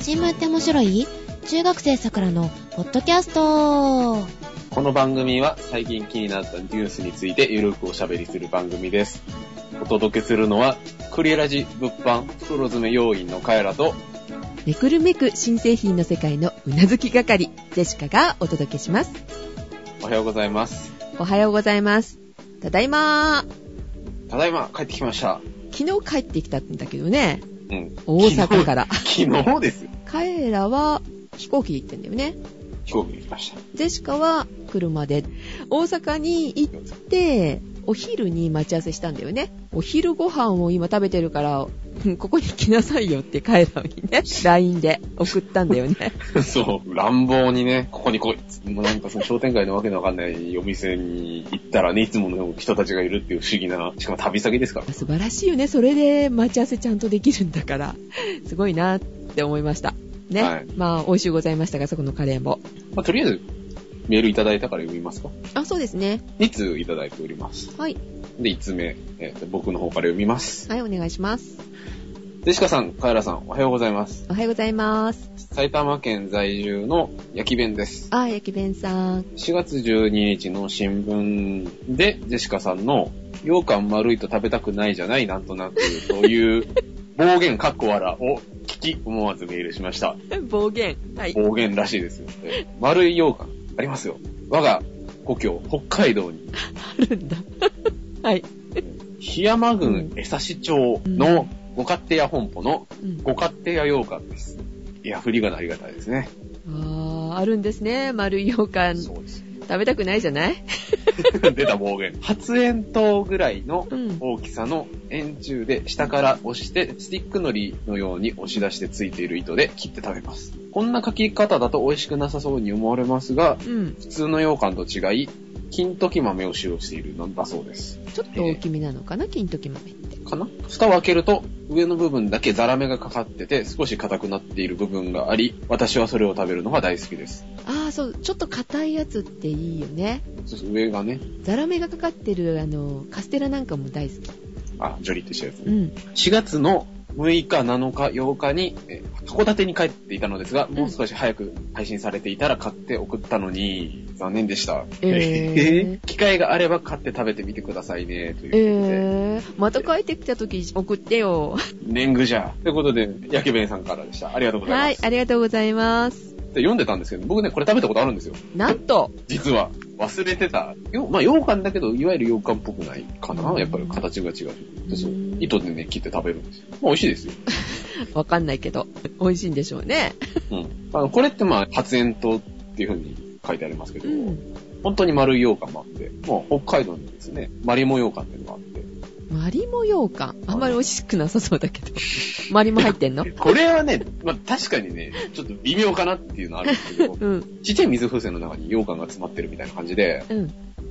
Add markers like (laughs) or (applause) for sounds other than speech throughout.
新聞って面白い中学生さくらのポッドキャストこの番組は最近気になったニュースについてゆるくおしゃべりする番組です。お届けするのは、クリラジ物販袋詰め要員のカエラと、めくるめく新製品の世界のうなずき係、ジェシカがお届けします。おはようございます。おはようございます。ただいまー。ただいま帰ってきました。昨日帰ってきたんだけどね、うん。大阪から。昨日ですよ。彼らは飛行機で行ってんだよね。飛行機に来ました。 (laughs) ジェシカは車で大阪に行って、お昼に待ち合わせしたんだよね。お昼ご飯を今食べてるから、 (laughs) うんここに来なさいよって彼らにね、LINE で送ったんだよね。そう、乱暴にね、ここに来いっつって。もうなんかその商店街のわけのわかんないお店に行ったらね、いつもの人たちがいるっていう不思議な、しかも旅先ですから。素晴らしいよね。それで待ち合わせちゃんとできるんだから、すごいなって思いました。ね。はいまあ、美味しゅうございましたが、そこのカレーも。まあ、とりあえず、メールいただいたから読みますか。あ、そうですね。 2通いただいております。はい。で、5つ目、えーと僕の方から読みます。はい、お願いします。ジェシカさん、カエラさん、おはようございます。おはようございます。埼玉県在住の焼き弁です。あ、焼き弁さん。 4月12日の新聞で、ジェシカさんの、羊羹丸いと食べたくないじゃない、なんとなく、という、暴言かっこわらを聞き、思わずメールしました。暴言。はい。暴言らしいですよ。えー丸い羊羹、ありますよ。我が故郷、北海道に、あるんだ。 (laughs) はい。檜山郡江差町のご勝手屋本舗のうん。ご勝手屋羊羹です。いや、振りがなありがたいですね。あー、あるんですね。丸い羊羹。食そうです。 (laughs) べたくないじゃない出た暴言。発煙筒ぐらいのうん。大きさの円柱で下から押して、スティックのりのように押し出してついている糸で切って食べます。こんな書き方だと美味しくなさそうに思われますが、うん。普通の羊羹と違い、金時豆を使用しているんだそうです。ちょっと大きめなのかな、金時豆って。かな蓋を開けると、上の部分だけザラメがかかってて、少し硬くなっている部分があり、私はそれを食べるのが大好きです。あー、そう、ちょっと硬いやつっていいよね。そうそう上がね、ザラメがかかってる、あの、カステラなんかも大好き。あ、ジョリってしたやつね。うん。 4月の6日、7日、8日に、えー函館に帰っていたのですが、もう少し早く配信されていたら買って送ったのに、残念でした。え機会があれば買って食べてみてくださいね、ということで。えー、また帰ってきた時送ってよ。年貢じゃ。ということで、焼き弁さんからでした。ありがとうござはいいま、す。ありがとうございます。で読んでたんですけど、僕ね、これ食べたことあるんですよ。なんと、実は。忘れてた。よまあ、羊羹だけど、いわゆる羊羹っぽくないかなやっぱり形が違う。でそううん糸でね、切って食べるんですよ。まあ、美味しいですよ。わかんないけど、美味しいんでしょうね。うん。あの、これってまあ、発煙筒っていう風に書いてありますけど、うん。本当に丸い羊羹もあって、もう北海道にですね、マリモ羊羹っていうのがあって、マリモ羊羹。あんまり美味しくなさそうだけ (laughs) ど。マリモ入ってんの、これはね、まあ確かにね、ちょっと微妙かなっていうのはあるんですけど (laughs) うん。ちっちゃい水風船の中に羊羹が詰まってるみたいな感じで、うん。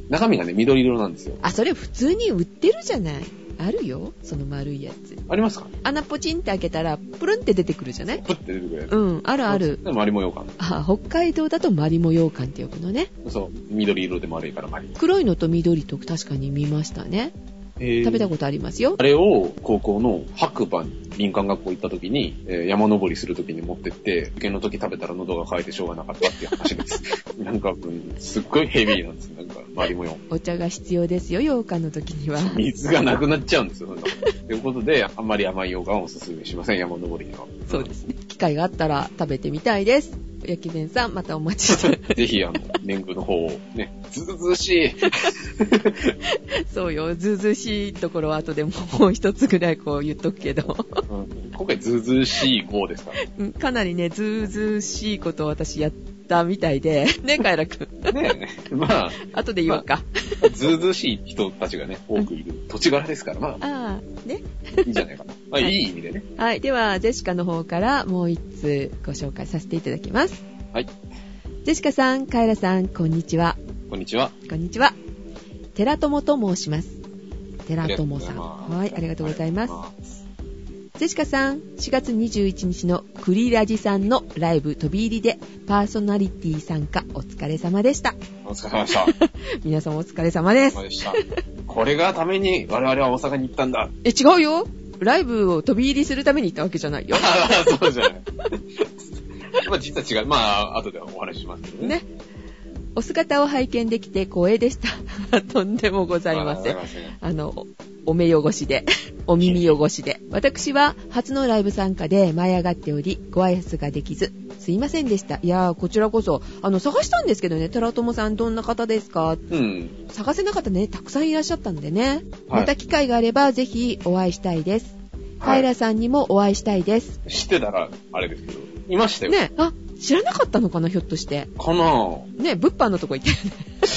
中身がね、緑色なんですよ。あ、それ普通に売ってるじゃない。あるよ。その丸いやつ。ありますかね穴ポチンって開けたら、プルンって出てくるじゃないプッて出てくるやつ。うん。あるある。マリモ羊羹。あ、北海道だとマリモ羊羹って呼ぶのね。そう、緑色で丸いからマリモ。黒いのと緑と確かに見ましたね。食べたとことありますよ。あれを高校の白馬に林間学校行った時に、えー山登りする時に持ってって、受験の時食べたら喉が渇いてしょうがなかったっていう話です。なんか、うんすっごいヘビーなんですよ。なんか、周りもよ。お茶が必要ですよ、羊羹の時には。水がなくなっちゃうんですよ。そんなことということで、あんまり甘い洋館をおすすめしません、山登りには。 (laughs) そうですね。機会があったら食べてみたいです。焼き弁さん、またお待ちして。ぜひ、あの、年貢の方をね、ずうずうしい。そうよ、ずうずうしいところは後でもう一つぐらいこう言っとくけど。うん今回、ずうずうしい号ですかうんかなりね、ずうずうしいことを私やったみたいで。 (laughs) ね、カエラくん。らね。まあ、後で言おうか。ずうずうしい人たちがね、多くいる土地柄ですから、まあ、ああ、ね。いいんじゃないかな。まあ、いい意味でね。はい。では、ジェシカの方からもう一通ご紹介させていただきます。はい。ジェシカさん、カエラさん、こんにちは。こんにちは。こんにちは。寺友と申します。寺友さん。ははい、ありがとうございます。す。ジェシカさん、4月21日のクリラジさんのライブ飛び入りでパーソナリティ参加お疲れ様でした。お疲れ様でした。皆様お疲れ様ですお疲。れ様でした。これがために我々は大阪に行ったんだ。 (laughs) え、違うよ。ライブを飛び入りするために行ったわけじゃないよ。ああ、そうじゃない。まあ実は違う。まあ、後でお話ししますけどね。ね。お姿を拝見できて光栄でした。 (laughs) とんでもございません。あ。すいまあの、おお目汚し (laughs) で、お耳汚しで。私は初のライブ参加で舞い上がっており、ご挨拶ができず、すいませんでした。いやー、こちらこそ、あの、探したんですけどね、寺友さんどんな方ですかせんうん。探せなかったね、たくさんいらっしゃったんでね。はいまた機会があれば、ぜひお会いしたいです。はい平さんにもお会いしたいです。知ってたら、あれですけど。いましたよ。ね、あ、知らなかったのかな、ひょっとして。かなぁ。ね、物販のとこ行って。 (laughs)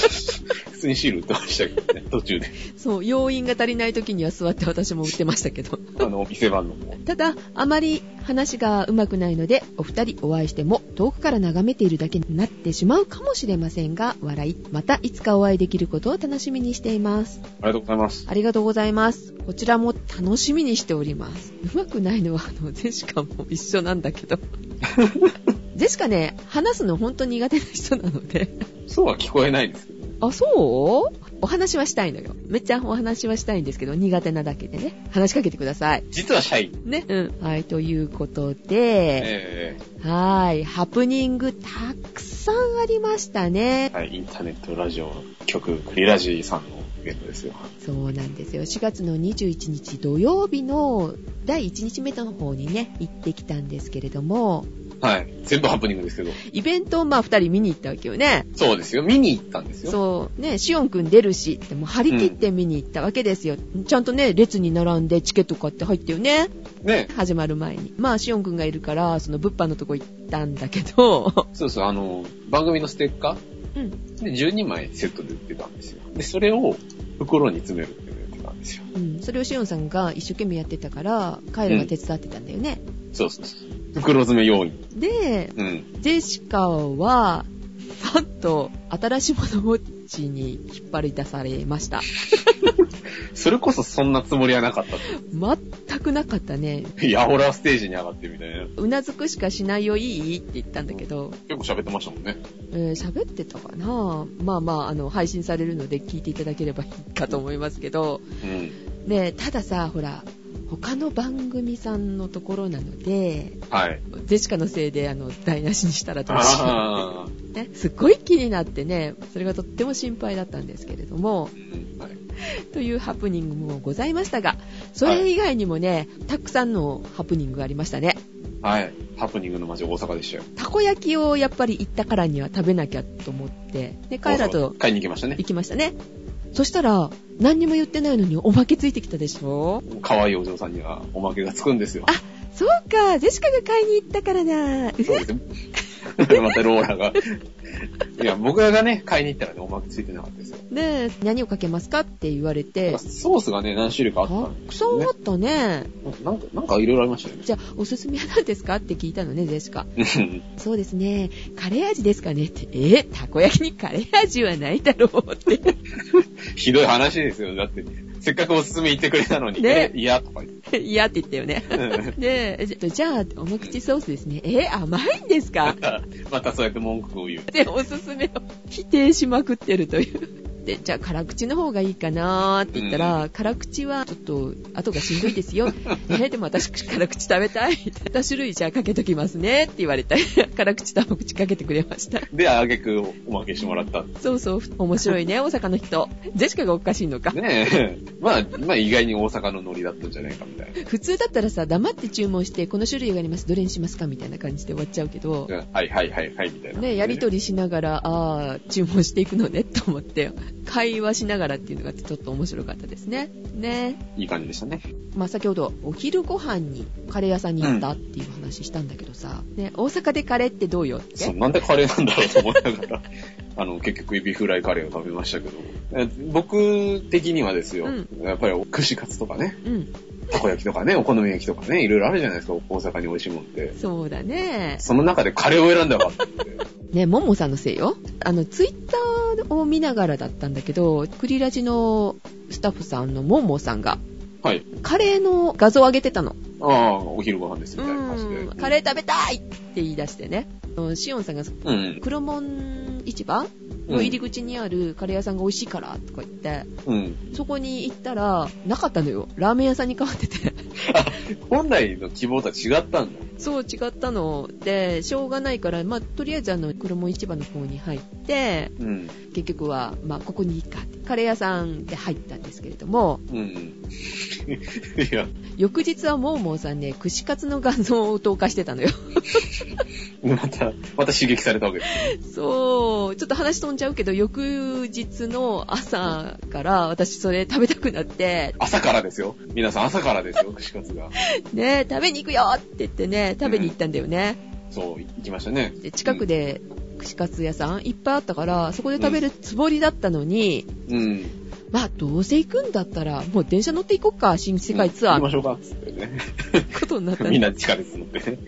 普通にシール売ってましたけどね、 (laughs) 途中で。そう、要員が足りない時には座って私も売ってましたけど。あの、お店番のも。ただ、あまり話が上手くないので、お二人お会いしても、遠くから眺めているだけになってしまうかもしれませんが、笑い。またいつかお会いできることを楽しみにしています。ありがとうございます。ありがとうございます。こちらも楽しみにしております。上手くないのは、あの、ジェシカも一緒なんだけ (laughs) ど。ジェシカね、話すの本当苦手な人なので。そうは聞こえないですけど。あ、そうお話はしたいのよ。めっちゃお話はしたいんですけど、苦手なだけでね。話しかけてください。実はシャイ。ね。うん。はい、ということで、ええはーい、ハプニングたくさんありましたね。はい、インターネットラジオ局、クリラジーさんのイベントですよ。そうなんですよ。4月の21日土曜日の第1日目の方にね、行ってきたんですけれども、はい。全部ハプニングですけど。イベントをまあ2人見に行ったわけよね。そうですよ。見に行ったんですよ。そう、ね、シオンくん出るし、でも張り切って見に行ったわけですよ。ちゃんとね、列に並んでチケット買って入ったよね。ね。始まる前に。まあ、シオンくんがいるから、その物販のとこ行ったんだけ (laughs) ど、そうそう、あの、番組のステッカーうん。で、12枚セットで売ってたんですよ。で、それを袋に詰めるっていうのをやってたんですよ。うん。それをシオンさんが一生懸命やってたから、カイラが手伝ってたんだよね。そうそうそう。袋詰め用意。で、うん。ジェシカは、なんと、新しいものウォッチに引っ張り出されました。それこそそんなつもりはなかったっ全くなかったね。て。いや、ほらステージに上がってみたいな。うなずくしかしないよ、いいって言ったんだけど、結構喋ってましたもんね。えー喋ってたかなまあまあ、あの、配信されるので聞いていただければいいかと思いますけど、うん。ねえたださ、ほら、他の番組さんのところなので、はい。ジェシカのせいで、あの、台無しにしたらどうしよああ。う、ね。すっごい気になってね、それがとっても心配だったんですけれども、うんはい。というハプニングもございましたが、それ以外にもね、たくさんのハプニングがありましたね。はい。ハプニングの街大阪でしたよ。たこ焼きをやっぱり行ったからには食べなきゃと思って、で、彼ら大と阪買いに行きましたね行。きましたね。そしたら、何にも言ってないのにおまけついてきたでしょ可愛いお嬢さんにはおまけがつくんですよ。そうか、ジェシカが買いに行ったからだ。うふそうですよまたローラが。いや、僕らがね、買いに行ったらね、おまけついてなかったですよ。ねえ何をかけますかって言われて、ソースがね、何種類かあたったんでくすさよんねあ。ったね。なんか、なんかいろいろありましたよね。じゃあ、おすすめは何ですかって聞いたのね、ジェシカ。うんそうですね。カレー味ですかねって。えーたこ焼きにカレー味はないだろうって。ひどい話ですよ。だって、せっかくおすすめ言ってくれたのに、ねね、いや、とか言って。 (laughs) 嫌って言ったよね。で、じゃじゃあ、おま口ソースですね。えー甘いんですかまたそうやって文句を言う。で、おすすめを否定しまくってるという。 (laughs) で、じゃあ、辛口の方がいいかなーって言ったら、辛口はちょっと、後がしんどいですよ。えーでも私、辛口食べたい。2種類じゃあかけときますねって言われた。 (laughs) 辛口と甘口かけてくれました。で、あげくおまけしてもらった。そうそう、面白いね、大阪の人。ジェシカがおかしいのか。ねえ。まあ、まあ意外に大阪のノリだったんじゃないかみたいな。普通だったらさ、黙って注文して、この種類があります、どれにしますかみたいな感じで終わっちゃうけど、うんはいはいはいはいみたいな。ね、やりとりしながら、ああ、注文していくのね、と思って、会話しながらっていうのがちょっと面白かったですね。ね。いい感じでしたね。まあ、先ほど、お昼ご飯にカレー屋さんに行ったっていう話したんだけどさ、ね、大阪でカレーってどうよっそう、て。なんでカレーなんだろうと思いながら、 (laughs) あの、結局エビフライカレーを食べましたけど、え僕的にはですよ、うやっぱり串カツとかね、うん。たこ焼きとかね、お好み焼きとかね、いろいろあるじゃないですか、大阪に美味しいもんって。そうだね。その中でカレーを選んだ (laughs) わって。ね、ももさんのせいよ。あの、ツイッターを見ながらだったんだけど、クリラジのスタッフさんのももさんが、はい。カレーの画像を上げてたの。ああ、お昼ご飯ですみたいな感じうんで。カレー食べたいって言い出してね。あのシオンさんがうん。黒門市場の入り口にあるカレー屋さんが美味しいからとか言って、うん。そこに行ったら、なかったのよ。ラーメン屋さんに変わってて。 (laughs) あ本来の希望とは違ったんだ。そう違ったのでしょうがないから、まあ、とりあえずあの衣市場の方に入ってうん。結局は、まあ、ここにいいかってカレー屋さんで入ったんですけれどもうん。 (laughs) いや、翌日はモーモーさんね串カツの画像を投下してたのよ (laughs) また、また刺激されたわけです。そうちょっと話飛んじゃうけど翌日の朝から私それ食べたくなって朝からですよ。皆さん朝からですよ、串カツが。ね食べに行くよって言ってね食べに行ったんだよね、そう、い行きましたね。で近くで串カツ屋さんいっぱいあったからそこで食べるつもりだったのに、うん。まあ、どうせ行くんだったら、もう電車乗って行こうか、新世界ツア行ーきまっしょうか、つってね。 (laughs) てことになったみんね。な地下鉄乗ってね。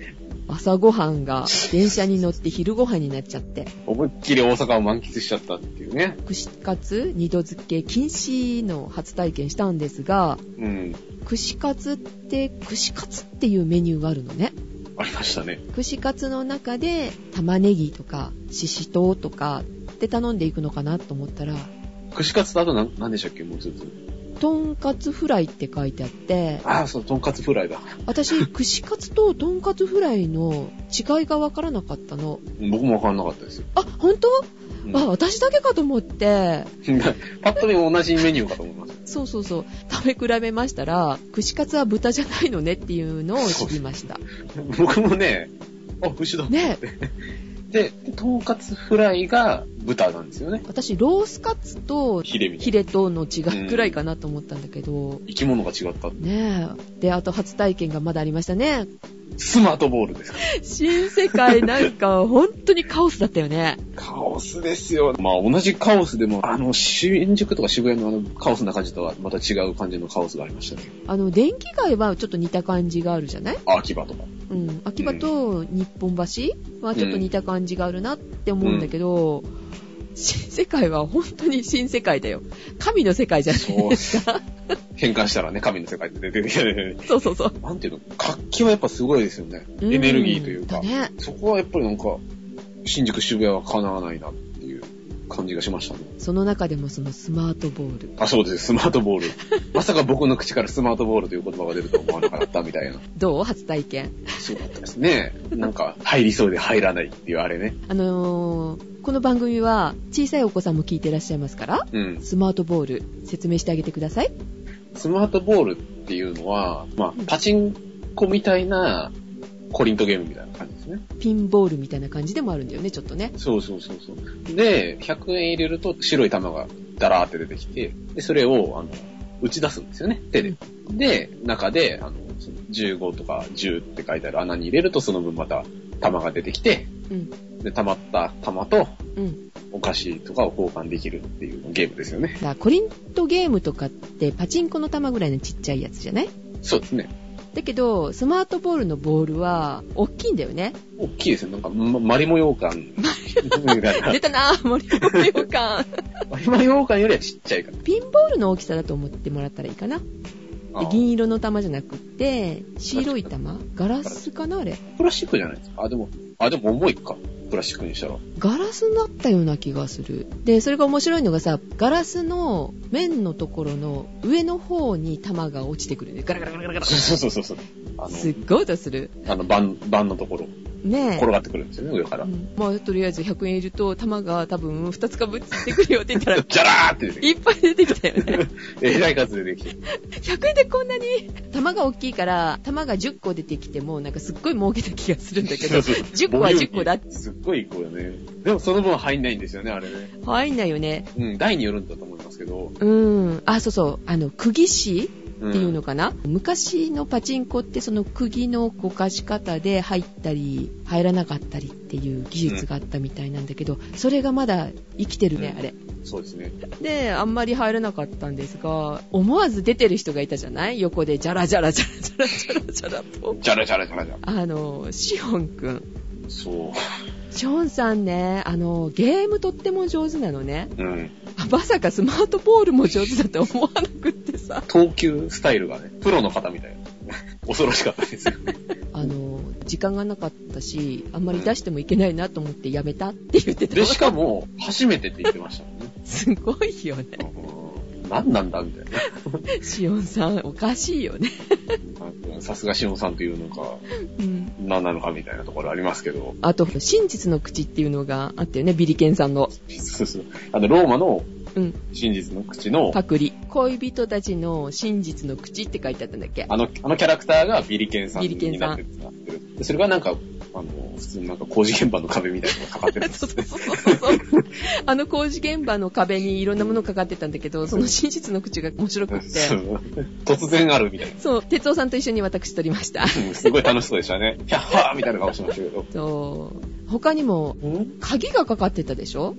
朝ごはんが電車に乗って昼ごはんになっちゃって、思いっきり大阪を満喫しちゃったっていうね。串カツ二度漬け禁止の初体験したんですが、うん。串カツって、串カツっていうメニューがあるのね。ありましたね。串カツの中で玉ねぎとか、ししとうとかって頼んでいくのかなと思ったら、串カツとあと何何でしたっけもう一つ。とんかつフライって書いてあって、ああ、そう、とんかつフライだ。私、串カツととんかつフライの違いがわからなかったの。僕もわかんなかったですよ。あ、本当うんあ、私だけかと思って、 (laughs) パッと見同じメニューかと思います。 (laughs) そうそうそう、食べ比べましたら、串カツは豚じゃないのねっていうのを知りました。僕もね、あ、牛だ。ねで、とんかつフライが豚なんですよね。私、ロースカツとヒレみたヒいな。レとの違いくらいかなと思ったんだけど、生き物が違った。ねえ。で、あと初体験がまだありましたね。スマートボールです。新世界なんか本当にカオスだったよね。カオスですよ。まあ同じカオスでも、あの、新宿とか渋谷のあのカオスな感じとはまた違う感じのカオスがありましたね。あの、電気街はちょっと似た感じがあるじゃない秋葉と (laughs) か。うん。秋葉と日本橋はちょっと似た感じがあるなって思うんだけど、新世界は本当に新世界だよ。神の世界じゃないそう。変換したらね、神の世界って出てきて、 (laughs) そうそうそう。なんていうの、活気はやっぱすごいですよね。エネルギーというか。んだね。そこはやっぱりなんか、新宿渋谷は叶わないなっていう感じがしましたね。その中でもそのスマートボール。あ、そうです。スマート (laughs) ボール。まさか僕の口からスマートボールという言葉が出るとは思わなかったみたいな。どう初体験。そうだったですね。なんか、入りそうで入らないっていうあれね。あのー、この番組は小さいお子さんも聞いてらっしゃいますから、うん。スマートボール説明してあげてください。スマートボールっていうのは、まあ、パチンコみたいな、コリントゲームみたいな感じですね。ピンボールみたいな感じでもあるんだよね、ちょっとね。そうそうそうそう。で、100円入れると白い玉がダラーって出てきて、で、それを、あの、打ち出すんですよね、手で。で、中で、あの、その15とか10って書いてある穴に入れると、その分また玉が出てきて、うん。で、溜まった玉とうん。お菓子とかを交換できるっていうゲームですよねだ。からコリントゲームとかってパチンコの玉ぐらいのちっちゃいやつじゃないそうですね。だけど、スマートボールのボールは、大きいんだよね。大きいですよ。なんか、まマリモ羊 (laughs) 羹。出たな (laughs) ぁ、森本洋館。マリモ羊羹よりはちっちゃいかピンボールの大きさだと思ってもらったらいいかな。ら。あ銀色の玉じゃなくって、白い玉ガラスかなあれ。プラスチックじゃないですか。あ、でも、あ、でも重いか。プラスチックにしたら。ガラスになったような気がする。で、それが面白いのがさ、ガラスの面のところの上の方に玉が落ちてくるね。ガラガラガラガラガそうそうそうそう。あラ。すっごい音する。の、あの、盤、盤のところ、ね転がってくるんですよね、上かえ。うら。んまあ、とりあえず100円いると、玉が多分2つかぶってくるよって言ったら、 (laughs) じゃらーって出てきいっぱい出てきたよね。て、えらい数出てきて。 100円でこんなに玉が大きいから、玉が10個出てきても、なんかすっごい儲けた気がするんだ (laughs) けど、10個は10個だって。すっごい1個だね。でもその分入んないんですよね、あれね。入んないよね。うん、台によるんだと思いますけど。うん。あ、そうそう。あの、釘師うんっていうのかな、昔のパチンコってその釘のこかし方で入ったり、入らなかったりっていう技術があったみたいなんだけど、それがまだ生きてるね、うんあれ。そうですね。で、あんまり入らなかったんですが、思わず出てる人がいたじゃない横で、じゃらじゃらじゃらじゃらじゃらじゃらと。じゃらじゃらじゃらじゃら。あの、シホンくん。そショーンさんね、あの、ゲームとっても上手なのね。う。うん。あまさかスマートボールも上手だって思わなくってさ。投球スタイルがね、プロの方みたいな。恐ろしかったですよ。あの、時間がなかったし、あんまり出してもいけないなと思ってやめたって言ってた。で、しかも、初めてって言ってましたもんね。すごいよね。うん何なんだみたいな。しおんさん、おかしいよね。さすがしおんさんというのか、うん。何なのかみたいなところありますけど。 (laughs) あと、真実の口っていうのがあったよね、ビリケンさんの。そうそう。あの、ローマのうん。真実の口の、パクリ。恋人たちの真実の口って書いてあったんだっけあの、あのキャラクターがビリケンさんビリケにンさなんってるんですよでそれがなんか、あの、普通になんか工事現場の壁みたいなのがかか (laughs) ってるんですそうそうそうそう。あの工事現場の壁にいろんなものかかってたんだけど、その真実の口が面白くっそうて。 (laughs) 突然あるみたいそう、哲夫さんと一緒に私撮りました。な。うんすごい楽しそうでしたね。キ (laughs) ャッハーみたいな顔してましたけど。そう。他にも、ん鍵がかかってたでしょ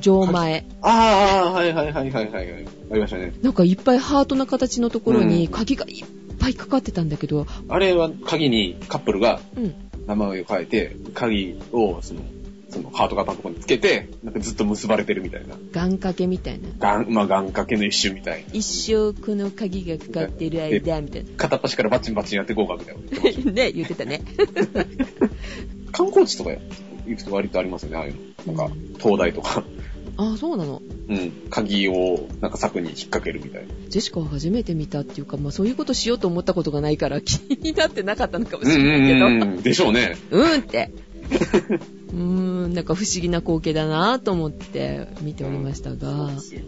錠前。ああ、はいはいはいはいはいはい。ありましたね。なんかいっぱいハートの形のところにうん鍵がいっぱいかかってたんだけど、あれは鍵にカップルがうん。名前を変えて、鍵をその、そのハート型のところにつけて、なんかずっと結ばれてるみたいな。願掛けみたいな。がん、まあ、願掛けの一種みたいな。一生この鍵がかかってる間、みた (laughs) いな。片っ端からバチンバチンやっていこうかみたいな。ね、言ってたね。観光地とか行くと割とありますよね、ああいうの。なんか、灯台とか。 (laughs) ああ、そうなの。うん。鍵を、なんか柵に引っ掛けるみたいな。ジェシカは初めて見たっていうか、まあそういうことしようと思ったことがないから (laughs) 気になってなかったのかもうんしれないけど、ううんんうん。でしょうね。って。うーん、なんか不思議な光景だなぁと思って見ておりましたそうがで、すよ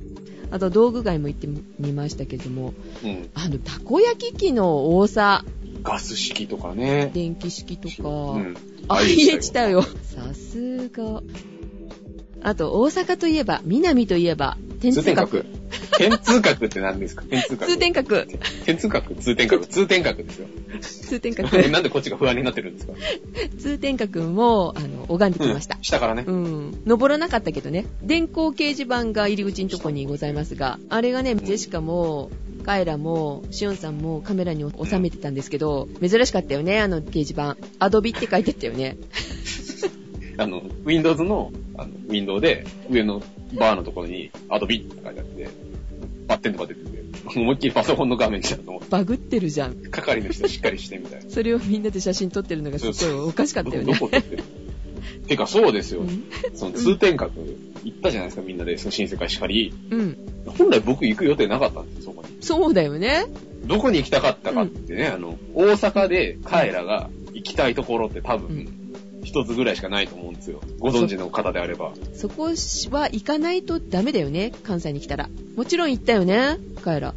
あと道具街も行ってみましたけども、うん。あの、たこ焼き器の多さ、ガス式とかね。電気式とか、うん。あ、 IH 家えたよ。さすが。あと、大阪といえば、南といえば、天通通天閣閣。。天通閣って何ですか天通閣。通天閣。天通閣、通天閣、通天閣ですよ。通天閣。 (laughs) なんでこっちが不安になってるん (laughs) ですか通天閣も、あの、拝んできましたうん。下からねう。ん。登らなかったけどね。電光掲示板が入り口のとこにございますが、あれがね、んジェシカも、カエラも、シオンさんもカメラに収めてたんですけど、珍しかったよね、あの掲示板。アドビって書いてあったよね。あの、Windows の、あの、ウィンドウで、上のバーのところに、アドビって書いてあって、バッテンとか出てて、 (laughs) 思いっきりパソコンの画面じゃんと思ってバグってるじゃん。係の人しっかりしてみたいな。それをみんなで写真撮ってるのがすっごいおかしかったよねど。こどこ撮 (laughs) ってるてか、そうですよ。うんその通天閣、行ったじゃないですか、みんなで、その新世界しかり。うん。本来僕行く予定なかったんですよ、そこに。そうだよね。どこに行きたかったかってね、あの、大阪でカエラが行きたいところって多う分、一つぐらいしかないと思うんですよ。ご存知の方であれば。そこは行かないとダメだよね、関西に来たら。もちろん行ったよね、カエラ。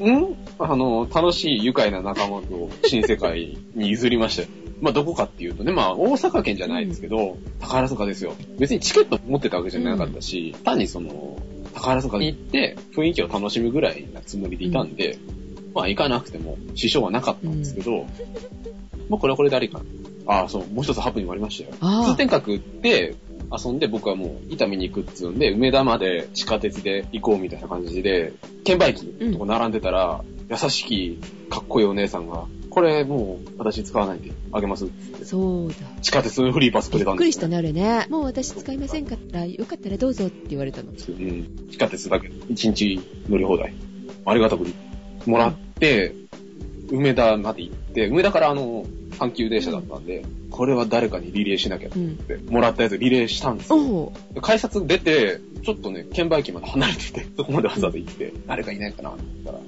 うんあの、楽しい愉快な仲間と新世界に譲りましたよ。 (laughs) まあ、どこかっていうとね、まあ、大阪県じゃないですけど、宝塚ですよ。別にチケット持ってたわけじゃなかったし、単にその、宝塚に行って雰囲気を楽しむぐらいなつもりでいたんで、まあ、行かなくても支障はなかったんですけど、まあ、これはこれでありかな。ああ、そう、もう一つハプニングありましたよ。ああ通天閣って遊んで僕はもう伊丹に行くっつうんで、梅田まで地下鉄で行こうみたいな感じで、券売機のとこ並んでたら、優しき、かっこいいお姉さんが、これもう私使わないんであげます。そうだ。地下鉄のフリーパスくびっれたんくでりすよしたね、あれね。もう私使いませんから、よかったらどうぞって言われたの。うん。地下鉄だけ、一日乗り放題。ありがたくもらって、梅田まで行って、梅田からあの、阪急電車だったんで、これは誰かにリレーしなきゃっうん。て、もらったやつリレーしたんですよ。おう改札出て、ちょっとね、券売機まで離れてて、 (laughs) そこまでわざわざ行って、誰かいないかなと思ったら、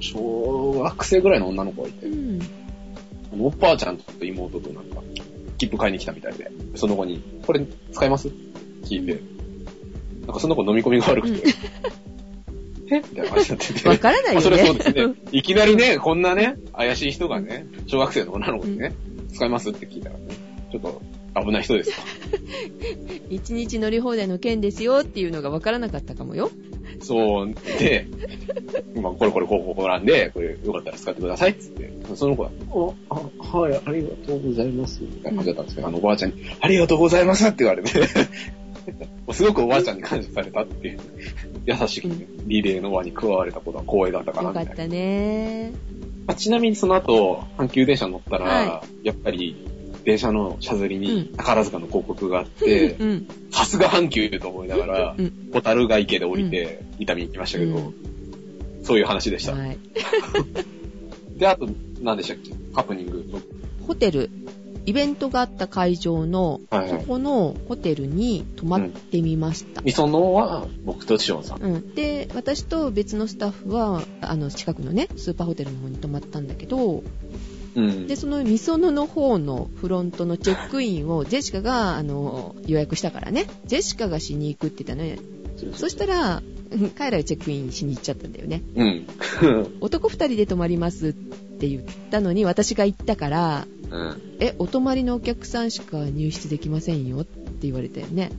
小小学生ぐらいの女の子がいてう、ん。あのおばあちゃんと妹となんか、切符買いに来たみたいで、その子に、これ使いますって聞いて、なんかその子飲み込みが悪くて、 (laughs) えみたいな感じになってて。わからないまあ、よそれはそうね。ですね。いきなりね、こんなね、怪しい人がね、小学生の女の子にね、使いますって聞いたらね、ちょっと危ない人ですよ。一日乗り放題の件ですよっていうのがわからなかったかもよ。そう、で、 (laughs) まあ、これこれこうこうこうなんで、これよかったら使ってくださいっつって、その子が、あ、あはい、ありがとうございます。みたいな感じだったんですけど、あのおばあちゃんに、ありがとうございますって言われて、も (laughs) うすごくおばあちゃんに感謝されたっていう、優しくねリレーの輪に加われたことは光栄だったかなよみたかいっな。たね。まあちなみにその後、阪急電車乗ったら、はやっぱり、電車の車ずりうにん宝塚の広告があって、うん。さすが阪急と思いながらう、小樽が池で降りて、伊丹行きましたけど、うんそういう話でした。はい。で、あと、何でしたっけハプニング。ホテル、イベントがあった会場の、はいそはい。このホテルに泊まってみました。みそのは、僕とシオンさん。うん、で私と別のスタッフはあの近くのねスーパーホテルの方に泊まったんだけどうん。でそのみそのの方のフロントのチェックインをジェシカがあの予約したからねジェシカがしに行くって言ったのよそしたらうん彼らがチェックインしに行っちゃったんだよねうん。 (laughs) 男2人で泊まりますって言ったのに私が行ったからうん。えお泊まりのお客さんしか入室できませんよって言われたよね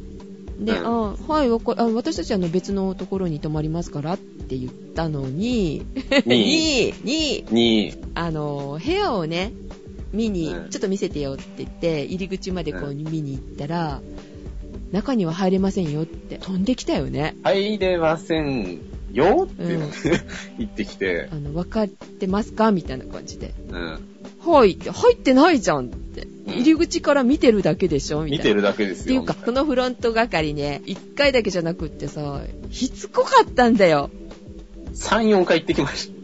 で、うんあはいわかあ私たちあの別のところに泊まりますからって言ったのにに、 (laughs) ににに、あの部屋をね見に、うんちょっと見せてよって言って入り口までこうう見に行ったら、中には入れませんよって飛んできたよね、入れませんよってうん、 (laughs) 言ってきて、あの分かってますかみたいな感じでうん。 「はい」って「入ってないじゃん」って入り口から見てるだけでしょみた見いなてるだけですよ。っていうか、そのフロント係ね、一回だけじゃなくってさ、しつこかったんだよ。 3、4回行ってきました。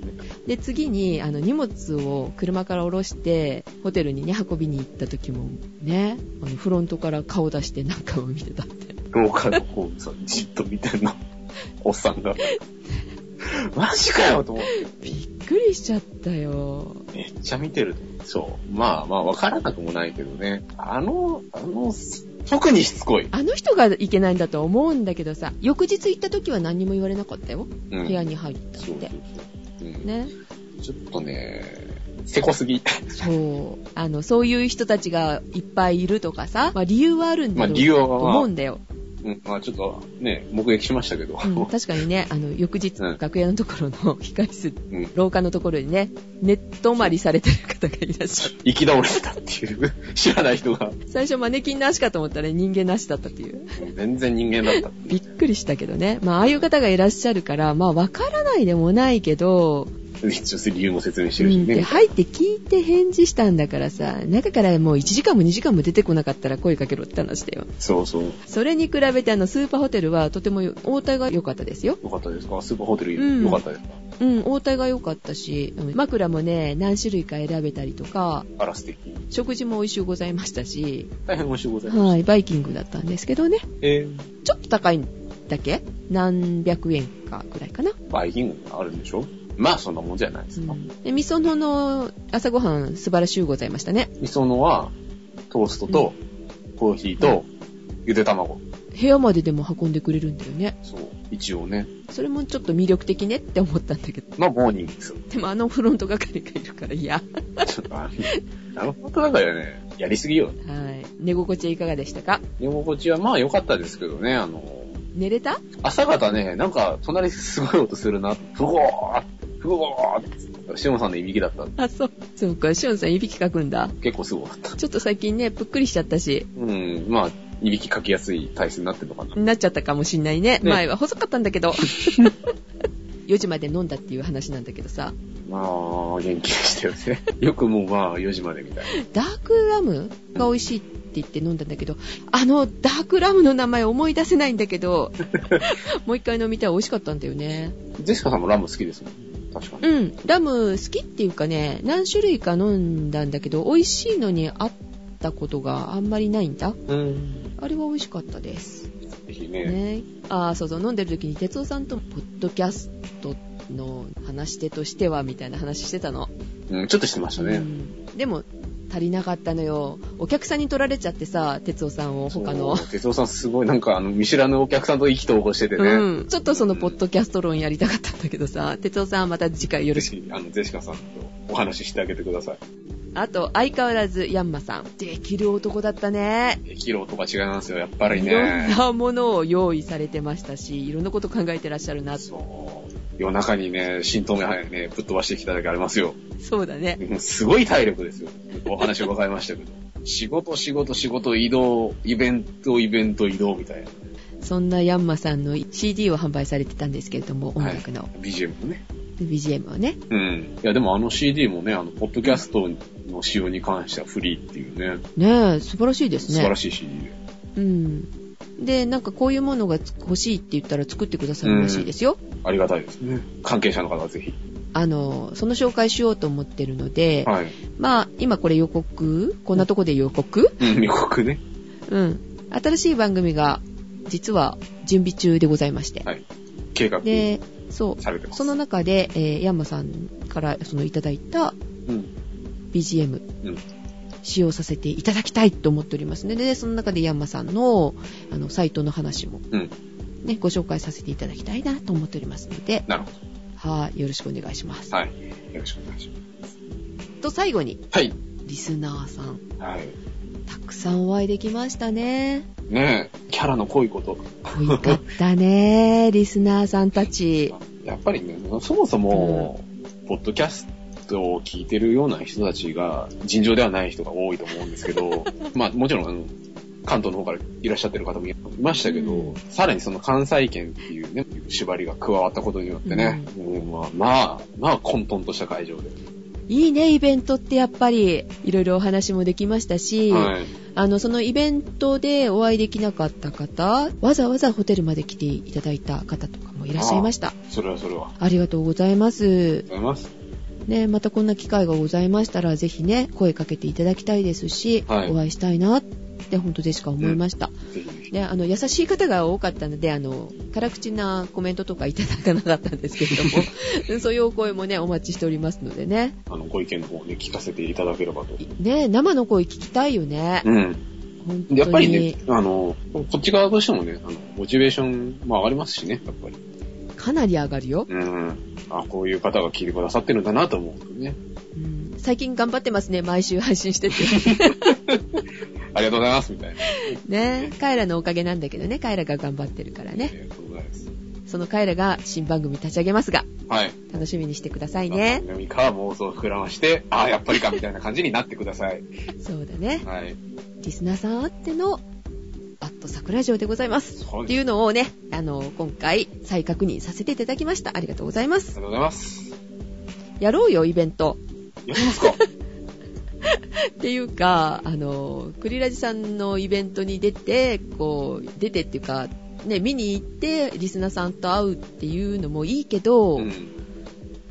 で、次に、あの、荷物を車から降ろして、ホテルにね、運びに行った時も、ね、あの、フロントから顔出して中を見てたって。廊下の方をさ、じっと見てんの。おっさん (laughs) が。マジかよと思って。びっくりしちゃったよ。めっちゃ見てる。そう。まあまあ、わからなくもないけどね。あの、あの、特にしつこい。あの人がいけないんだと思うんだけどさ、翌日行った時は何にも言われなかったよ。う部ん。屋に入ったっそうそうて。そう。うん、ね。ちょっとね、せこすぎ。そう。あの、そういう人たちがいっぱいいるとかさ、まあ理由はあるんまだあろう理由はと思うんだよ。うん、まあちょっとね、目撃しましたけど。 (laughs) うん、確かにね、あの、翌日、うん楽屋のとこ (laughs) ろの控室、うん。廊下のところにね、寝泊まりされてる方がいらっしゃる。生き倒れてたっていう、 (laughs) 知らない人が、最初マネキンなしかと思ったら人間なしだったっていう。全然人間だったっていびっくりしたけどね。まあ、ああいう方がいらっしゃるから、まあ、わからないでもないけど、う。一応理由も説明してうるしん、でね。入って聞いて返事したんだからさ、中からもう1時間も2時間も出てこなかったら声かけろって話だよ。そうそう。よそれに比べてあの、スーパーホテルはとても応対が良かったですよ。かったですかスーパーホテルうんよかったですか、うん、応対が良かったし、うん枕もね、何種類か選べたりとか、あら素敵。食事も美味しゅうございましたし、大変申し訳ございません。はい、バイキングだったんですけどね、えちょっと高いんだけ何百円かぐらいかな。ー、バイキングがあるんでしょまあそんなもんじゃないでうすか。ん。で、味噌のの朝ごはん素晴らしゅうございましたね。味噌のは、トーストと、コーヒーと、ゆで卵。部屋まででも運んでくれるんだよね。そう。一応ね。それもちょっと魅力的ねって思ったんだけど。のモーニング (laughs) です。でもあのフロント係がいるから嫌。はちょっとあの、なるほどだからね、やりすぎよ。い。寝心地はいかがでしたか寝心地はまあ良かったですけどね、あの、寝れた朝方ね、なんか隣すごい音するな。ふごーって、ふごーって。しおんさんのいびきだった。あ、そう。そうか、しおんさんいびきかくんだ。結構すごかった。ちょっと最近ね、ぷっくりしちゃったし、うん、まあ、いびきかきやすい体質になってるのかな。なっちゃったかもしんないね。ね前は細かったんだけど。4時まで飲んだっていう話なんだけどさ。まあ、元気でしたよね。 (laughs) よくもうまあ、4時までみたいな。ダークラムが美味しいって言って飲んだんだけど、あの、ダークラムの名前思い出せないんだけど、もう一回飲みたい。美味しかったんだよね。ジェシカさんもラム好きですもん。確かに。うん。ラム好きっていうかね、何種類か飲んだんだけど、美味しいのにあったことがあんまりないんだ。うん。あれは美味しかったです。ぜひね。ね、ああそうそう飲んでる時に哲夫さんとポッドキャストの話し手としてはみたいな話してたの、うん、ちょっとしてましたうね。んでも足りなかったのよお客さんに取られちゃってさ哲夫さんを他のそう。哲夫さんすごいなんか、あの、見知らぬお客さんと意気投合しててね。 (laughs) うん、ちょっとそのポッドキャスト論やりたかったんだけどさ哲夫さんはまた次回よぜろしくひ、あの、ジェシカさんとお話ししてあげてください。あと相変わらずヤンマさんできる男だったねできる音が違いますよ、やっぱりいろねん。なものを用意されてましたしいろんなこと考えてらっしゃるなそう。夜中にね、新透明派ね、ぶっ飛ばしてきただけありますよ。そうだねうんすごい体力ですよ。お話を伺いましたけど。仕事、仕事、仕事、移動、イベント、イベント、移動みたいな。そんなヤンマさんの CD を販売されてたんですけれども音楽の、 BGM もね。 BGM をね。うん。いや、でもあの CD もね、あの、ポッドキャストの使用に関してはフリーっていうね、ねえ、素晴らしいで素すね。晴らしい CD で。うん。で、なんかこういうものがつ欲しいって言ったら作ってくださるらしいですよ。ありがたいですね。関係者の方はぜひ。あの、その紹介しようと思ってるので、はい。まあ、今これ予告こんなとこで予告うん、予告ね。うん。新しい番組が、実は準備中でございまして。はい。計画で、そう。されてます。その中で、えー、ヤンマさんからそのいただいたうん。 BGM、うん使用させていただきたいと思っておりますので、その中でヤンマさんの、あの、サイトの話も、うんね、ご紹介させていただきたいなと思っておりますので、なるほど。はい、よろしくお願いします。はい。よろしくお願いしまと、最後に、す。はい。リスナーさん、はい。たくさんお会いできましたね。ねえ、キャラの濃いこと。濃いかったね、 (laughs) リスナーさんたち。やっぱりね、そもそも、ポッドキャストを聞いてるような人たちが、尋常ではない人が多いと思うんですけど、まあもちろん、あの、関東の方からいらっしゃってる方もいましたけど、うんさらにその関西圏っていうね、縛りが加わったことによってね、うんまあ、まあ、まあ混沌とした会場で。いいね、イベントってやっぱり、いろいろお話もできましたし、はい。あの、そのイベントでお会いできなかった方、わざわざホテルまで来ていただいた方とかもいらっしゃいました。それはそれは。あありがとうございまり。がすとうございます。ね、またこんな機会がございましたら、ぜひね、声かけていただきたいですし、はいお会いしたいなって、本当でしか思いました。ぜひぜひ。ね、あの、優しい方が多かったので、あの、辛口なコメントとかいただかなかったんです (laughs) けれども、そういうお声もね、お待ちしておりますのでね。あの、ご意見の方をね、聞かせていただければと。ね、生の声聞きたいよね。うん。本当に。やっぱりね、あの、こっち側としてもね、あの、モチベーションも上がりますしね、やっぱり。かなり上がるよ。うん。あ、こういう方が聞いてくださってるんだなと思うとね。うん最近頑張ってますね、毎週配信してて。 (laughs) ありがとうございます、みたいな。ね、カエラのおかげなんだけどね、カエラが頑張ってるからあね。りがとうございます。そのカエラが新番組立ち上げますが、はい。楽しみにしてくださいね。何か妄想を膨らまして、あやっぱりか、みたいな感じになってください。そうだね。はい。リスナーさんあっての、アット桜城でございまそす。っうでてす。ありいうのをね、あの、今回再確認させていただきました。ありがとうございまがす。とうございます。やろうよ、イベント。やりますかっていうか、あの、クリラジさんのイベントに出て、こう、出てっていうか、ね、見に行って、リスナーさんと会うっていうのもいいけど、うん。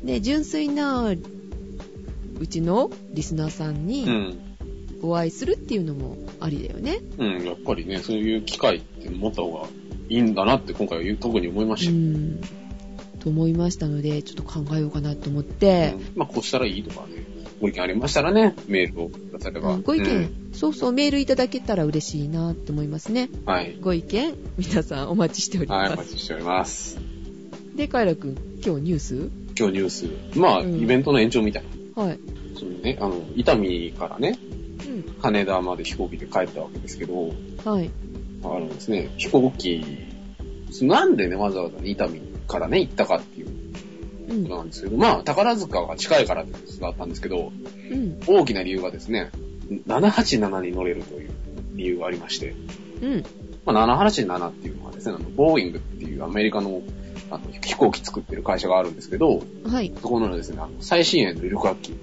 ね、純粋な、うちのリスナーさんうにん。お会いするっていうのもありだよね。うん、やっぱりね、そういう機会って持った方がいいんだなって今回は特に思いまうした。ん。と思いましたので、ちょっと考えようかなと思ってう、んまあ、こうしたらいいとかね、ご意見ありましたらね、メールをくだされば。うんご意見、うんそうそう、メールいただけたら嬉しいなと思いますね。はい。ご意見、皆さんお待ちしておりはい、まおす。待ちしております。で、カイラくん、今日ニュース今日ニュース。まあ、うんイベントの延長みたいな。はい。そのね、あの、伊丹からね、うん。羽田まで飛行機で帰ったわけですけど、はい。あのですね、飛行機、なんでね、わざわざね伊丹からね、行ったかっていううこんと。なんですけど、まあ、宝塚が近いからってことだったんですけど、うん。大きな理由がですね、787に乗れるという理由がありまして、うん。まあ、787っていうのはですね、あの、ボーイングっていうアメリカのあの飛行機作ってる会社があるんですけど、はい。そこのですね、あの最新鋭の旅客機、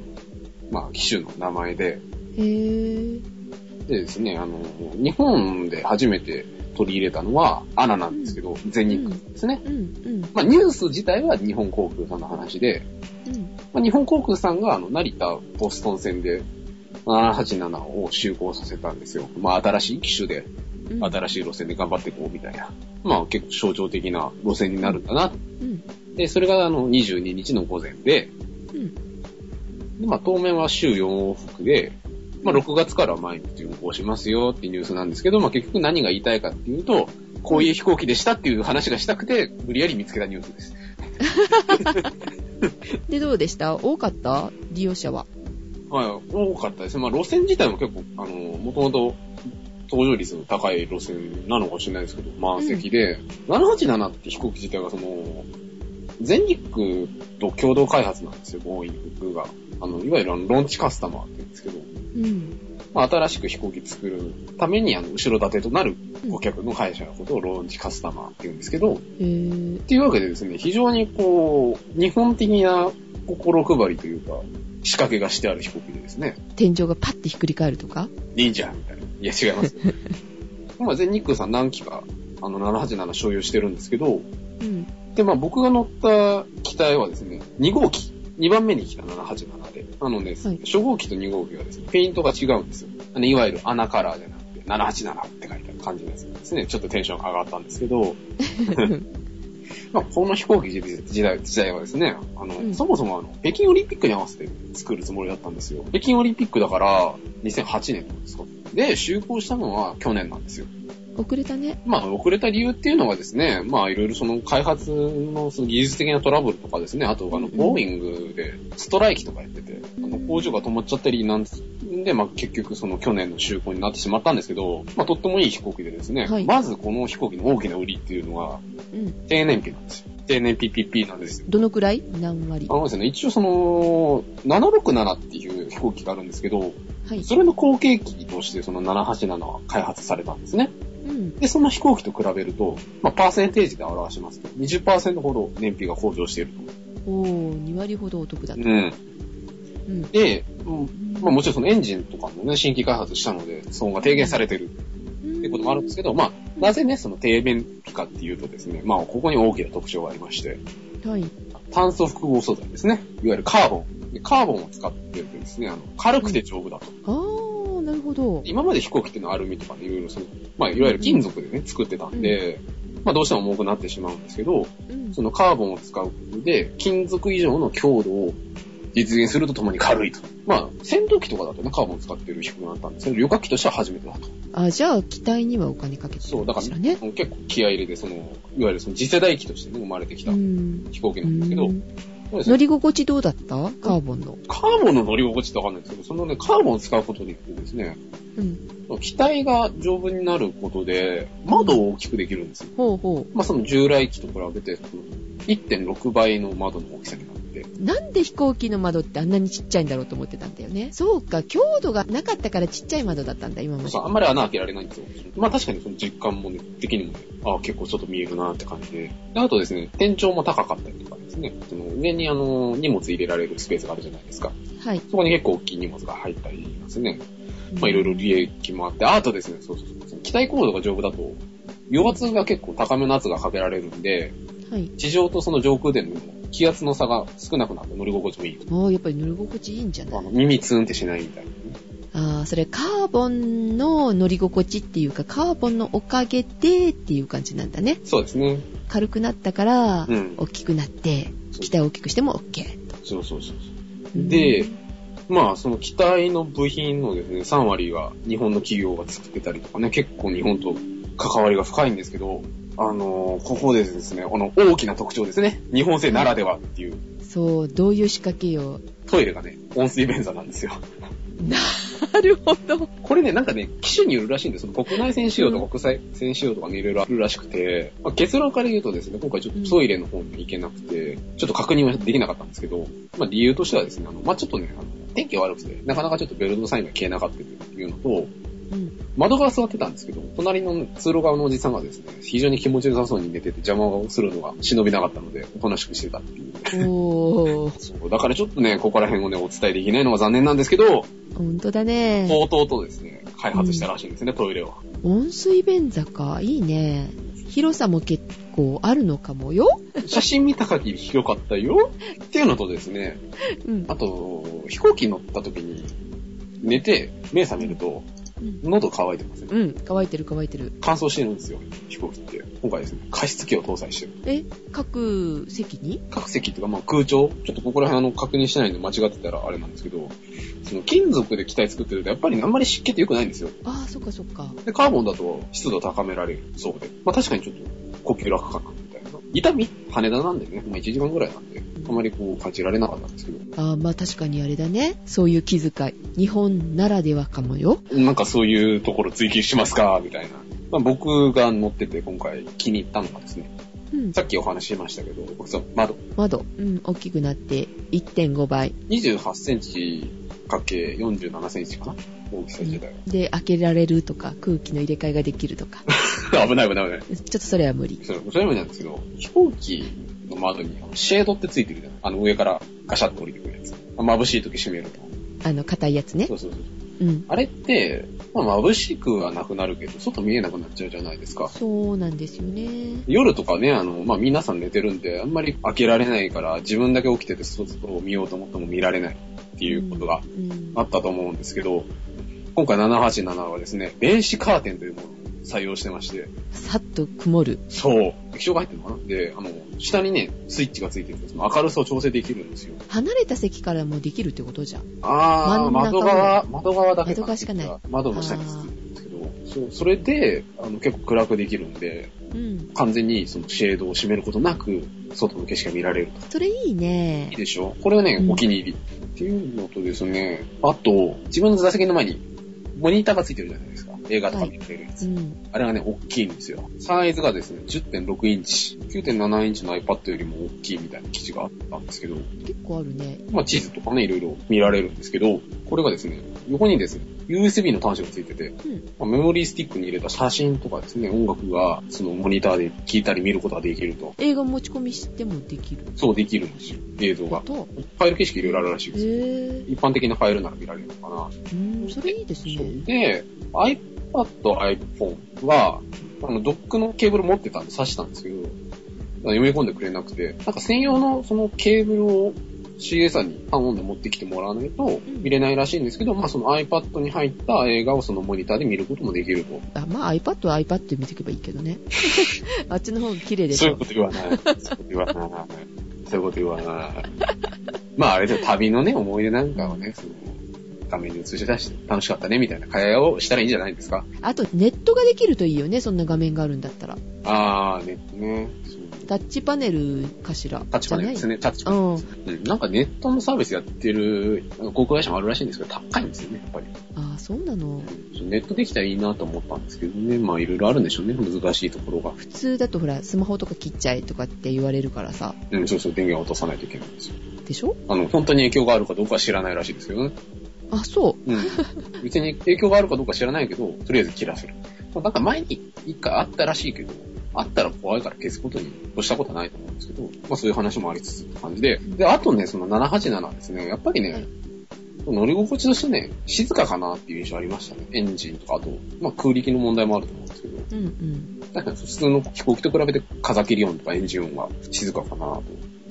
まあ、機種の名前で、へぇー。でですね、あの、日本で初めて取り入れたのは、アナなんですけど、全日空ですね。うん。うん。まあ、ニュース自体は日本航空さんの話で、うん。まあ、日本航空さんが、あの、成田、ボストン線で、787を就航させたんですよ。まあ、新しい機種で、うん。新しい路線で頑張っていこうみたいな。まあ、結構象徴的な路線になるんだな。うん。で、それが、あの、22日の午前で、うん。でまあ、当面は週4往復で、まあ、6月からは毎日運行しますよっていうニュースなんですけど、まあ、結局何が言いたいかっていうと、こういう飛行機でしたっていう話がしたくて、無理やり見つけたニュースです。で、どうでした多かった利用者は。はい、多かったですね。まあ、路線自体も結構、あの、もともと、搭乗率の高い路線なのかもしれないですけど、満席で、787って飛行機自体がその、全日空と共同開発なんですよ、ボーイングが。あの、いわゆるあの、ローンチカスタマーって言うんですけど、うん。まあ、新しく飛行機作るために、あの、後ろ盾となる顧客の会社のことをローンチカスタマーって言うんですけど、っへぇていうわけでですね、非常にこう、日本的な心配りというか、仕掛けがしてある飛行機でですね、天井がパッてひっくり返るとか忍者みたいな。いや、違います。まあ、全日空さん何機か、あの、787所有してるんですけど、うん。で、まあ、僕が乗った機体はですね、2号機。 2番目に来た787で。あのね、はい初号機と2号機がですね、ペイントが違うんですよ。あの、いわゆる穴カラーじゃなくて、787って書いてある感じのやつですね。ちょっとテンションが上がったんですけ (laughs) ど、まあ、この飛行機時代時代はですね、あの、うんそもそもあの、北京オリンピックに合わせて作るつもりだったんですよ。北京オリンピックだから、2008年なんですか。で、就航したのは去年なんですよ。遅れたね。まあ、遅れた理由っていうのはですね、まあ、いろいろその開発のその技術的なトラブルとかですね、あと、あの、うんボーイングでストライキとかやってて、あの、工場が止まっちゃったりなんつで、まあ、結局その去年の就航になってしまったんですけど、まあ、とってもいい飛行機でですね、はいまずこの飛行機の大きな売りっていうのが、うん。低燃費なんですよ。低燃費 PP なんですよ。どのくらい何割あのですね、一応その、767っていう飛行機があるんですけど、はい。それの後継機としてその787は開発されたんですね。うん。で、その飛行機と比べると、まあ、パーセンテージで表しますと、20%ほど燃費が向上していると。おー、2割ほどお得だうと。ん。うん。で、うんまあ、もちろんそのエンジンとかもね、新規開発したので、騒音が低減されてるっていうこともあるんですけど、まあ、なぜね、その低燃費かっていうとですね、まあ、ここに大きな特徴がありまして、はい。炭素複合素材ですね。いわゆるカーボン。でカーボンを使ってるとですね、あの、軽くて丈夫だと。あー、なるほど。今まで飛行機っていうのはアルミとかね、いろいろその、まあ、いわゆる金属でね、作ってたんで、まあ、どうしても重くなってしまうんですけど、うんそのカーボンを使うことで、金属以上の強度を実現するとともに軽いと。まあ、戦闘機とかだとね、カーボンを使ってる飛行機があったんですけど、旅客機としては初めてだと。あ、じゃあ、機体にはお金かけてるそう、だかかしららねね。、結構気合い入れて、その、いわゆるその次世代機としてね、生まれてきたん。飛行機うなんですけど、んそうですね乗り心地どうだったカーボンの。カーボンの乗り心地ってわかんないんですけど、そのね、カーボンを使うことによってですね、うん。機体が丈夫になることで、窓を大きくできるんですよ。ほうほまあ、その従来機と比べて、その1.6倍の窓の大きさになって、う。なんで飛行機の窓ってあんなにちっちゃいんだろうと思ってたんだよね。そうか、強度がなかったからちっちゃい窓だったんだ、今まで。そうあんまり穴開けられないんですよ。まあ、確かにその実感もね、的にもね、ああ、結構ちょっと見えるなって感じで。であとですね、天井も高かったりとかですね、その上にあの、荷物入れられるスペースがあるじゃないですか。はい。そこに結構大きい荷物が入ったりですね。まあ、いろいろ利益もあって、あとですね、そうそうそう。機体高度が丈夫だと、余圧が結構高めの圧がかけられるんで、はい。地上とその上空での気圧の差が少なくなって乗り心地もいいと。もうやっぱり乗り心地いいんじゃないあの耳ツーンってしないみたいなね。ああ、それカーボンの乗り心地っていうか、カーボンのおかげでっていう感じなんだね。そうですね。軽くなったからうん、大きくなって、機体を大きくしても OK。そうそうそう。うんで、まあ、その機体の部品のですね、3割は日本の企業が作ってたりとかね、結構日本と関わりが深いんですけど、あのーここでですね、あの、大きな特徴ですね。日本製ならではっていう、そう、どういう仕掛けよ。トイレがね、温水便座なんですよ。なるほど。これね、なんかね、機種によるらしいんです。その国内線仕様とか国際線仕様とかね、いろいろあるらしくて、まあ、結論から言うとですね、今回ちょっとトイレの方に行けなくて、ちょっと確認はできなかったんですけど、まあ理由としてはですね、あの、まあちょっとね、あの、天気が悪くて、なかなかちょっとベルトのサインが消えなかったというのと、うん。窓側座ってたんですけど、隣の通路側のおじさんがですね、非常に気持ちよさそうに寝てて邪魔をするのが忍びなかったので、おとなしくしてたっていう。おー、そう、だからちょっとね、ここら辺をね、お伝えできないのが残念なんですけど、ほんとだね。とうとうとですね、開発したらしいんですね、トイレを。温水便座か。いいね。広さも結構あるのかもよ。写真見た限り広かったよっていうのとですね、うんあ。と、飛行機乗った時に寝て目覚めるとうん喉乾いてますね。うん。乾いてる乾いてる。乾燥してるんですよ、飛行機って。今回ですね、加湿器を搭載してる。え、各席に各席っていうか、まあ空調、ちょっとここら辺あの確認してないんで間違ってたらあれなんですけど、その金属で機体作ってるとやっぱりあんまり湿気って良くないんですよ。ああ、そっかそっか。で、カーボンだと湿度高められるそうで。まあ確かにちょっと呼吸楽かな、みたいな。痛み羽田なんでね、まあ1時間ぐらいなんで、あまりこう感じられなかったんですけど、ああ、まあ確かにあれだね。そういう気遣い。日本ならではかもよ。なんかそういうところ追求しますか、みたいな。まあ、僕が乗ってて今回気に入ったのがですね、うん。さっきお話ししましたけど、そう、窓。窓。うん。大きくなって1.5倍。 28センチかけ47センチかな大きさ自体で、開けられるとか、空気の入れ替えができると (laughs) か。は。危ない危ない危ない。ちょっとそれは無理。それ、そういう意味なんですけど、飛行機の窓にあのシェードってついてるじゃないあの上からガシャッと降りてくるやつ。眩しい時閉めると。あの、硬いやつね。そうそうそう。うん。あれって、まあ、眩しくはなくなるけど、外見えなくなっちゃうじゃないですか。そうなんですよね。夜とかね、あの、まあ、皆さん寝てるんで、あんまり開けられないから、自分だけ起きてて外を見ようと思っても見られないっていうことがうんあったと思うんですけど、今回787はですね、電子カーテンというものを採用してまして、さっと曇る。そう、液晶が入ってるのかなで、あの、下にね、スイッチがついてるんです。明るさを調整できるんですよ。離れた席からもできるってことじゃん。あー、真ん中窓側、窓側だけ窓側しかない。窓の下についてるんですけど、そう、それで、あの、結構暗くできるんで、うん。完全にそのシェードを閉めることなく、外の景色が見られると。それいいいいね。でしょこれはね、うんお気に入り。っていうのとですね、あと、自分の座席の前に、モニターがついてるじゃないですか。映画とか見られるやつ。うん。あれがね、大きいんですよ。サイズがですね、10.6インチ、9.7インチの iPad よりも大きいみたいな記事があったんですけど、結構あるね。まあ地図とかね、いろいろ見られるんですけど、これがですね、横にですね、USB の端子がついてて、うん。まあメモリースティックに入れた写真とかですね、音楽がそのモニターで聴いたり見ることができると。映画持ち込みしてもできるそうできるんですよ、映像こが。と。ファイル景色いろいろあるらしいへですよ。え。一般的なファイルなら見られるのかな。うん。それいいですそうね。で、iPad、iPhone は、あの、ドックのケーブル持ってたんで挿したんですけど、読み込んでくれなくて、なんか専用のそのケーブルを CA さんに頼んで持ってきてもらわないと見れないらしいんですけど、まあその iPad に入った映画をそのモニターで見ることもできると。あ、まあ iPad は iPad で見てけばいいけどね。あっちの方が綺麗で (laughs) しそういうょ。こと言わない。そういうこと言わない。そういうこと言わない。まああれで旅のね、思い出なんかをね、その画面に映し出して楽しかったねみたいな会話をしたらいいんじゃないですか。あと、ネットができるといいよね。そんな画面があるんだったら。あー、ネットね。そうタッチパネルかしら。タッチパネルですね。ね、タッチパうネん。ル。うんなんかネットのサービスやってる、なんか航空会社もあるらしいんですけど、高いんですよね、やっぱり。ああ、そうなの。うんネットできたらいいなと思ったんですけどね、まあいろいろあるんでしょうね、難しいところが。普通だとほら、スマホとか切っちゃえとかって言われるからさ。うん、そうそう、電源を落とさないといけないんですよ。でしょあの、本当に影響があるかどうかは知らないらしいですけどね。あ、そう。うん。別に影響があるかどうか知らないけど、とりあえず切らせる。まあなんか前に一回あったらしいけど、あったら怖いから消すことに越したことはないと思うんですけど、まあそういう話もありつつって感じで。で、あとね、その787はですね、やっぱりね、乗り心地としてね、静かかなっていう印象ありましたね。エンジンとか、あと、まあ空力の問題もあると思うんですけど、うんうん。なんか普通の飛行機と比べて風切り音とかエンジン音が静かかな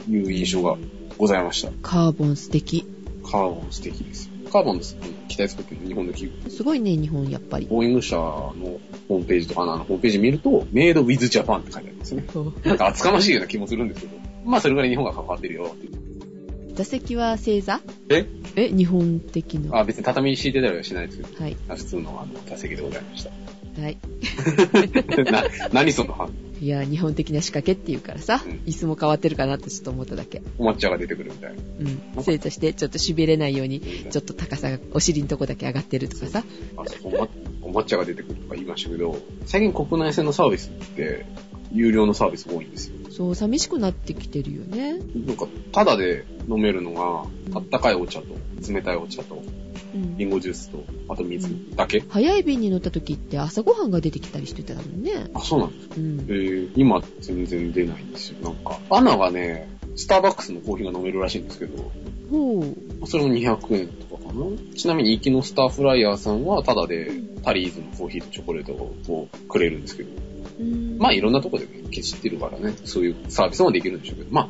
という印象がございました。カーボン素敵。カーボン素敵ですよ。カーボンです。機体作ってる日本の企業すごいね、日本、やっぱり。ボーイング社のホームページとかのあのホームページ見ると、メイドウィズジャパンって書いてあり (laughs) ますね。なんか厚かましいような気もするんですけど。まあそれぐらい日本が関わってるよっていう。座席は正座ええ、日本的な。はあ、別に畳敷いてたりはしないですけど、い。あ普通のあの、 (laughs) 座席でございました。はい。な、何その反応いや、日本的な仕掛けっていうからさうん、椅子も変わってるかなってちょっと思っただけ。お抹茶が出てくるみたいな。うん。正座して、ちょっと痺れないように、ちょっっと高さが、お尻のとこだけ上がってるとかさ。と。あ、そう、お抹お抹茶が出てくるとか言いましたけど、最近国内線のサービスって、有料のサービス多いんですよ。そう、寂しくなってきてるよね。なんか、ただで飲めるのが、あったかいお茶と、冷たいお茶と、うんリンゴジュースと、あと水だけ。早い便に乗った時って朝ごはんが出てきたりしてたもんね。あ、そうなんだうんえ。ー今全然出ないんですよ。なんか、アナがね、スターバックスのコーヒーが飲めるらしいんですけど、ほう。それも200円とかかな。ちなみに、行きのスターフライヤーさんは、タダでタリーズのコーヒーとチョコレートをくれるんですけど、うんまあ、いろんなとこで消してるからね、そういうサービスもできるんでしょうけど、ま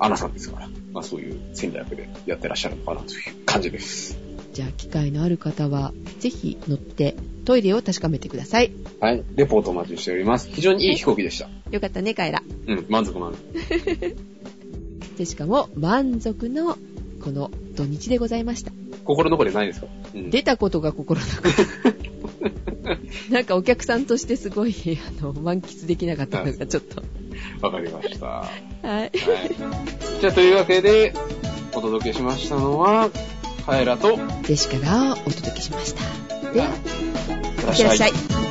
あ、アナさんですから、まあそういう戦略でやってらっしゃるのかなという感じです。じゃあ、機会のある方は、ぜひ乗って、トイレを確かめてください。はい、レポートお待ちしております。非常にいい飛行機でした。よかったね、カエラ。うん、満足満足。で、しかも、満足の、この土日でございました。心残りないですかうん。出たことが心なく。 (laughs) なんかお客さんとしてすごい、あの、満喫できなかったのがちょっと。わかりました。はい。はい。じゃあ、というわけで、お届けしましたのは、カエラと、いで、しかがお届けしました。では、っいってらっしゃい。